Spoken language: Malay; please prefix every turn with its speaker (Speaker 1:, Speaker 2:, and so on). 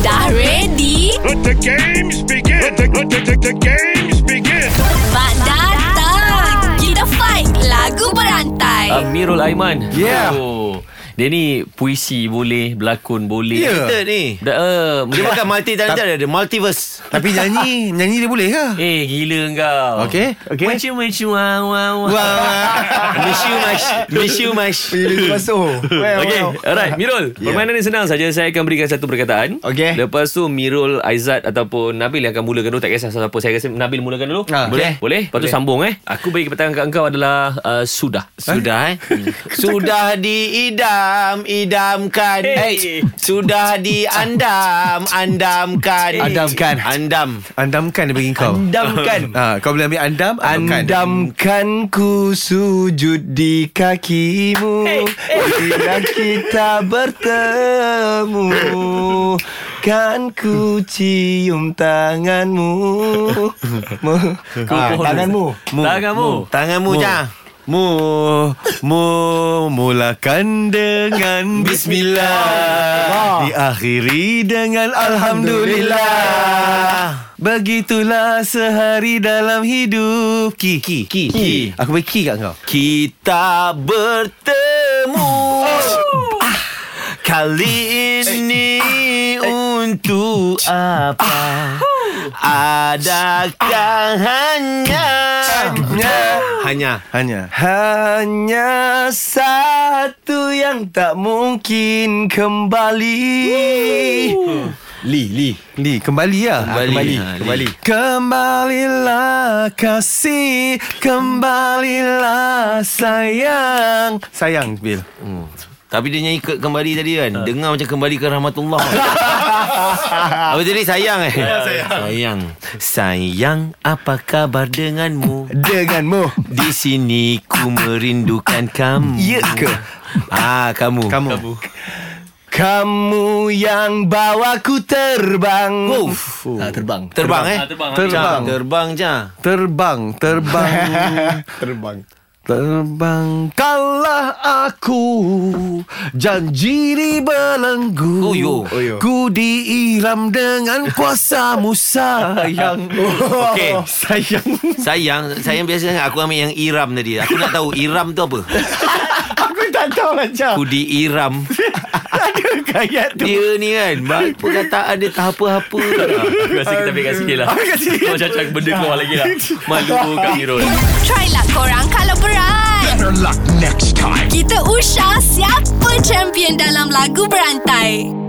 Speaker 1: Dah ready?
Speaker 2: Let the games begin. Let the, let the, the, the games begin.
Speaker 1: Mak datang! Kita fight lagu berantai.
Speaker 2: Ah.
Speaker 3: Amirul Aiman.
Speaker 4: Yeah.
Speaker 3: Oh. Dia ni puisi boleh, berlakon boleh.
Speaker 4: Yeah.
Speaker 5: Kita ni
Speaker 3: Da, uh,
Speaker 5: Dia bukan multi talented dia, dia multiverse
Speaker 4: Tapi nyanyi Nyanyi dia boleh ke?
Speaker 3: Eh, gila engkau.
Speaker 4: Okey, okey.
Speaker 3: Macam macam wow wow wow.
Speaker 5: Miss you Mash Miss you Mash
Speaker 4: Pilih masuk
Speaker 3: Okay, alright Mirul yeah. Permainan ni senang saja Saya akan berikan satu perkataan
Speaker 4: Okey.
Speaker 3: Lepas tu Mirul, Aizat Ataupun Nabil yang akan mulakan dulu Tak kisah siapa Saya rasa Nabil mulakan dulu
Speaker 4: Ah,
Speaker 3: Boleh?
Speaker 4: okey.
Speaker 3: Boleh? Lepas tu sambung eh Aku bagi perkataan kat engkau adalah uh, Sudah
Speaker 5: Sudah eh Sudah diidam Idamkan
Speaker 3: Hey.
Speaker 5: hey. Sudah diandam Andamkan
Speaker 4: Andamkan.
Speaker 5: Andam
Speaker 4: Andamkan dia bagi kau
Speaker 5: Andamkan
Speaker 4: Ah, Kau boleh ambil andam Andamkan
Speaker 6: Andamkan ku sujud di kakimu Bila kita bertemu Kan ku cium tanganmu Mu- Ah, Tanganmu
Speaker 3: Mu. Tanganmu
Speaker 5: Tanganmu Jah
Speaker 4: Mu Mu Mulakan dengan Bismillah Diakhiri dengan Alhamdulillah Begitulah sehari dalam hidup Ki Ki Ki, ki. Aku bagi ki kat kau
Speaker 5: Kita bertemu
Speaker 4: Oh.
Speaker 5: Ah. Kali
Speaker 4: Eh.
Speaker 5: ini untuk apa?
Speaker 4: Ah.
Speaker 5: Adakah hanya Hanya
Speaker 4: Hanya
Speaker 6: Hanya satu yang tak mungkin kembali
Speaker 4: Li Li Li Kembali lah
Speaker 5: Kembali.
Speaker 4: Kembali
Speaker 5: Ha, Li.
Speaker 4: Kembali Kembalilah kasih Kembalilah sayang Sayang Bil
Speaker 5: Tapi dia nyanyi ke, kembali tadi kan Dengar macam kembali ke rahmatullah Apa tadi sayang eh Sayang Sayang apa kabar denganmu
Speaker 4: Denganmu
Speaker 5: Di sini ku merindukan kamu
Speaker 4: Ya ke?
Speaker 5: Ah kamu
Speaker 4: Kamu,
Speaker 6: Kamu yang bawa ku terbang
Speaker 5: Uf.
Speaker 4: Ah, Terbang
Speaker 5: Terbang eh
Speaker 3: Ah, terbang.
Speaker 5: Terbang
Speaker 4: Terbang.
Speaker 5: Terbang je
Speaker 4: Terbang Terbang Terbang Kalah aku Janji di belenggu
Speaker 5: Oh, yo.
Speaker 6: Oh, yo.
Speaker 4: Ku diiram dengan kuasamu sayang
Speaker 6: Oh.
Speaker 5: Okey.
Speaker 4: Sayang
Speaker 5: Sayang Sayang biasa Aku ambil yang iram tadi Aku nak tahu iram tu apa
Speaker 6: Aku tak tahu lah, macam
Speaker 5: Aku diiram
Speaker 6: Ada gayat
Speaker 5: Dia ni kan ba- Perkataan dia tak apa-apa
Speaker 3: Aku rasa kita ambil kat sini lah Ambil kat sini Kau cakap benda keluar lagi lah Malu kat Mirul
Speaker 1: Try lah korang kalau berat.
Speaker 2: Better luck next time.
Speaker 1: Kita usah siapa champion dalam lagu berantai.